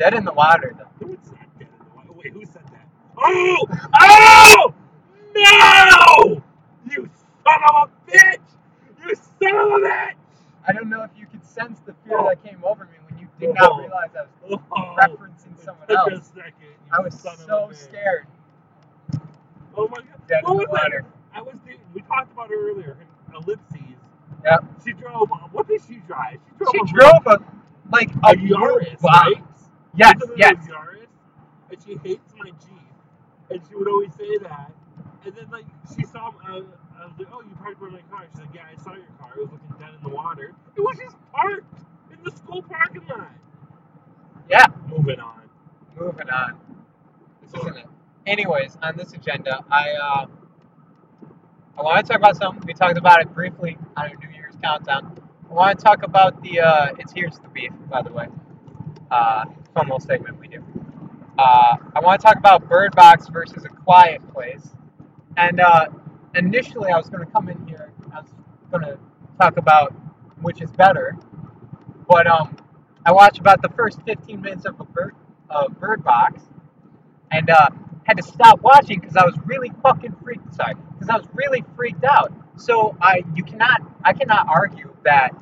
A: Dead in the water though.
B: no, it's not dead in the water. Wait, who said that? Oh! Oh! No! You son of a bitch! You son of a bitch!
A: I don't know if you could sense the fear that came over me when you did
B: Oh.
A: not realize I was
B: Oh,
A: referencing
B: it
A: someone
B: took A
A: else.
B: second, you
A: I was
B: son of a
A: so
B: bitch.
A: scared.
B: Oh my god.
A: Dead
B: what
A: in
B: was
A: the
B: that?
A: water.
B: I was. We talked about her earlier. Ellipses.
A: Yep.
B: She drove. uh, What did she drive? She drove.
A: She
B: a-
A: drove a like
B: a
A: a,
B: Yaris,
A: wow.
B: right?
A: Yes,
B: She drove a
A: yes.
B: Yaris, and she hates my Jeep, and she would always say that. And then like she saw, uh, I was like, "Oh, you parked by my car." She's like, "Yeah, I saw your car. It was looking dead in the water. It was just parked in the school parking lot."
A: Yeah.
B: Moving on.
A: Moving on. This isn't it. Anyways, on this agenda, I uh, I want to talk about something. We talked about it briefly on our New Year's countdown. I want to talk about the uh, it's here's the beef, by the way. Uh, fun little segment we do. Uh, I want to talk about Bird Box versus A Quiet Place. And uh, initially, I was going to come in here. I was going to talk about which is better. But um, I watched about the first 15 minutes of a bird, uh, bird Box, and uh, had to stop watching because I was really fucking freaked. Sorry, because I was really freaked out. So I, you cannot, I cannot argue that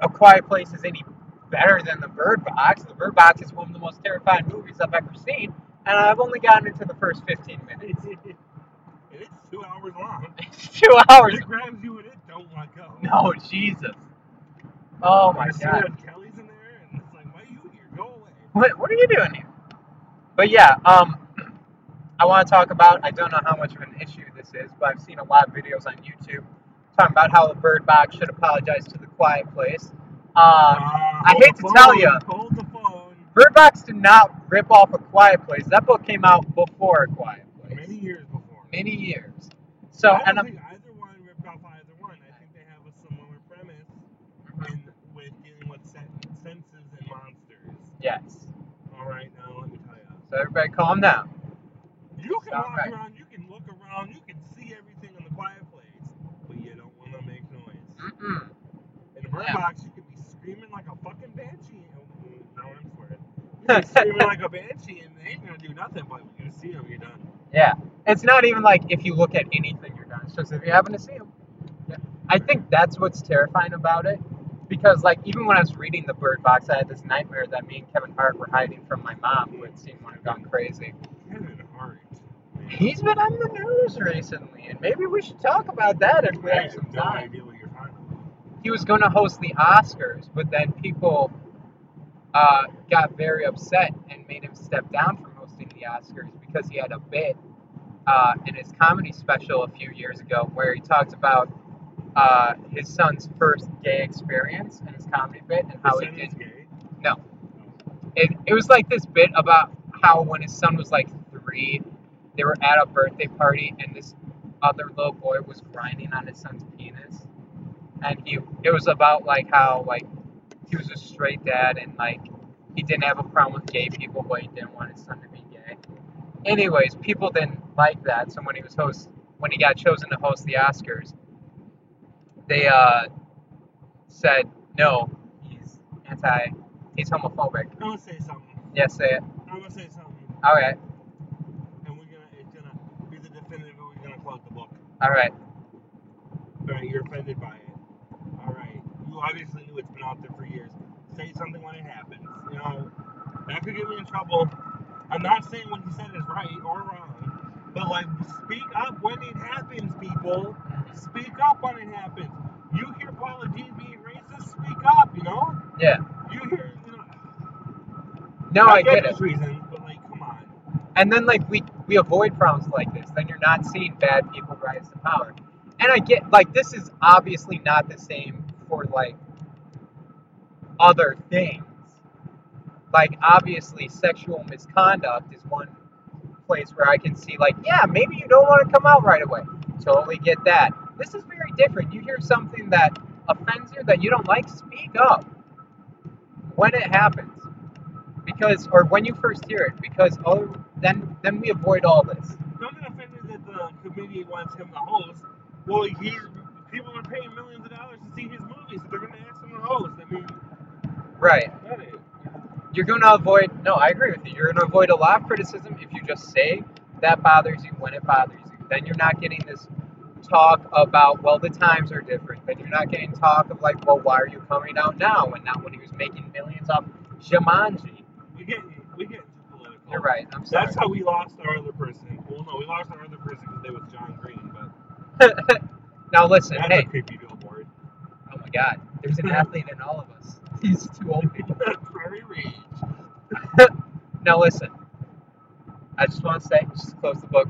A: A Quiet Place is any better than The Bird Box. The Bird Box is one of the most terrifying movies I've ever seen, and I've only gotten into the first 15 minutes.
B: It is two hours long.
A: It's two hours.
B: It grabs you and it don't want to go.
A: No, Jesus. Oh my
B: I see
A: God.
B: that Kelly's in there, and it's like, why you here? Go away.
A: What, what are you doing here? But yeah, um, I want to talk about. I don't know how much of an issue this is, but I've seen a lot of videos on YouTube talking about how the Bird Box should apologize to the Quiet Place. Um,
B: Uh,
A: I
B: hold
A: hate
B: the
A: to tell
B: phone,
A: ya.
B: Hold the phone.
A: Bird Box did not rip off A Quiet Place. That book came out before A Quiet Place,
B: Many years before.
A: many years. So,
B: I don't
A: and I'm,
B: think either one ripped off either one. I think they have a similar premise in, with dealing with sen- senses and monsters.
A: yes.
B: All right, now let me tell you.
A: So everybody, calm down.
B: You can
A: Sound
B: walk
A: right.
B: around, you can look around, you can see everything in the quiet place, but you don't want to make noise.
A: Mm-mm.
B: In a bird
A: Yeah.
B: box, you can be screaming like a fucking banshee. Oh, no, I'm swearing. You can be screaming like a banshee, and they ain't gonna do nothing. But when you see them, you're done.
A: Yeah. It's not even like if you look at anything you're done. It's just if you happen to see them. Yeah. I think that's what's terrifying about it. Because like even when I was reading the bird box, I had this nightmare that me and Kevin Hart were hiding from my mom who had seen one and gone crazy.
B: Kevin Hart.
A: He's been on the news recently, and maybe we should talk about that if we
B: I
A: have some
B: have no
A: time.
B: idea what you're talking about.
A: He was gonna host the Oscars, but then people uh, got very upset and made him step down from hosting the Oscars because he had a bit uh, in his comedy special a few years ago where he talked about uh, his son's first gay experience in his comedy bit and how
B: His
A: he
B: son
A: did.
B: is gay.
A: No, it, it was like this bit about how when his son was like three, they were at a birthday party and this other little boy was grinding on his son's penis, and he it was about like how like he was a straight dad and like he didn't have a problem with gay people, but he didn't want his son to be gay. Anyways, people didn't like that, so when he was host when he got chosen to host the Oscars, they uh, said no, he's anti, he's homophobic.
B: I'm gonna say something.
A: Yes, say it.
B: I'm gonna say something,
A: All right,
B: and we're gonna it's gonna be the definitive. We're gonna close the book.
A: all right.
B: All right, you're offended by it. All right, you obviously knew it's been out there for years. Say something when it happens. You know, that could get me in trouble. I'm not saying what he said is right or wrong, but like, speak up when it happens, people. Speak up when it happens. You hear Paula Dean being racist, speak up. You know,
A: Yeah.
B: you hear. You know,
A: No, I
B: get
A: get it.
B: his reason, but like, come on.
A: And then like we we avoid problems like this. Then you're not seeing bad people rise to power. And I get like this is obviously not the same for like other things. Like obviously sexual misconduct is one place where I can see like, yeah, maybe you don't want to come out right away. Totally get that. This is very different. You hear something that offends you that you don't like, speak up when it happens. Because or when you first hear it, because oh then then we avoid all this.
B: Don't get offended that the committee wants him to host. Well, he's people are paying millions of dollars to see his movies, so they're gonna ask him to host. I mean,
A: Right.
B: that is.
A: You're going to avoid, no, I agree with you. You're going to avoid a lot of criticism if you just say that bothers you when it bothers you. Then you're not getting this talk about, well, the times are different. Then you're not getting talk of, like, well, why are you coming out now and not when he was making millions off Jumanji?
B: We get we get too political.
A: You're right. I'm sorry.
B: That's how we lost our other person. Well, no, we lost our other person because they was John Green, but
A: now, listen,
B: that's
A: hey,
B: a creepy billboard.
A: oh my God, there's an athlete in all of us. These two old people.
B: Prairie Ridge.
A: Now, listen, I just want to say, just close the book.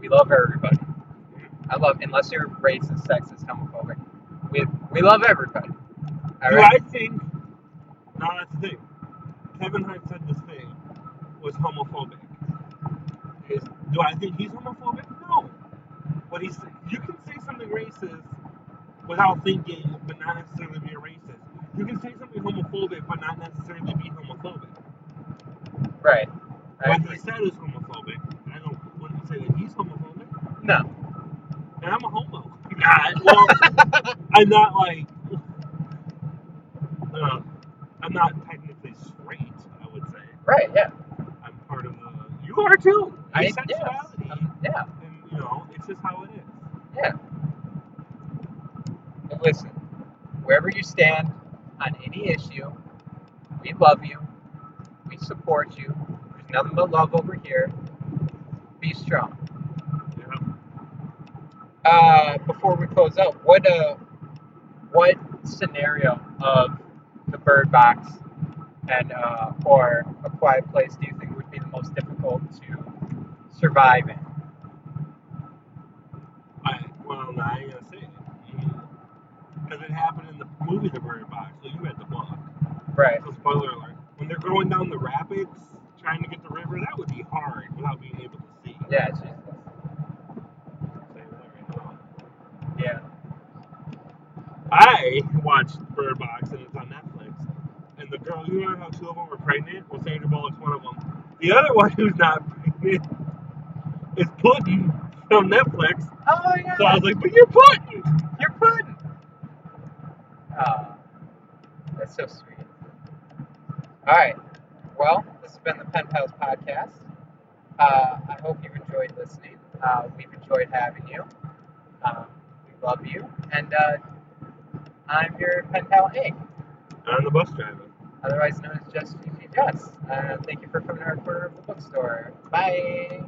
A: We love everybody. I love unless you're racist, sexist, homophobic. We we love everybody. All
B: Do
A: right.
B: I think? No, that's the thing. Kevin Hart said this thing was homophobic. Is do I think he's homophobic? No. What he's you can say something racist without thinking, but not necessarily be a racist. You can say something homophobic, but not necessarily be homophobic.
A: Right. I
B: What he
A: agree.
B: said is homophobic. I don't wouldn't say that he's homophobic.
A: No.
B: And I'm a homo. Nah, well, I'm not like. Uh, I'm not technically straight. I would say
A: Right. Yeah.
B: I'm part of the. You are too.
A: I yeah.
B: Asexuality.
A: Um, yeah.
B: and you know, it's just how it is.
A: Yeah. And listen, wherever you stand on any issue, we love you. We support you. There's nothing but love over here. Be strong.
B: Yeah.
A: Uh, before we close out, what uh, what scenario of the bird box and uh, or a quiet place do you think would be the most difficult to survive in?
B: I, well, now I gotta say it. Because it happened in the movie The Bird Box. So you read the book.
A: Right.
B: So spoiler alert. When they're going down the rapids, trying to get the river, that would be hard without being able to see.
A: Yeah. Jesus. Yeah.
B: I watched Bird Box and it's on Netflix. And the girl, you know how two of them were pregnant? Well, Sandra Bullock's one of them. The other one who's not pregnant is Putin from Netflix.
A: Oh yeah.
B: So I was like, but you're Putin!
A: You're pudding. Oh, that's so sweet. All right. Well, this has been the Pen Pals podcast. Uh, I hope you've enjoyed listening. Uh, we've enjoyed having you. Um, we love you. And uh, I'm your pen pal, Hank,
B: On the bus driver.
A: otherwise known as Just GG Jess. Uh, thank you for coming to our corner of the bookstore. Bye.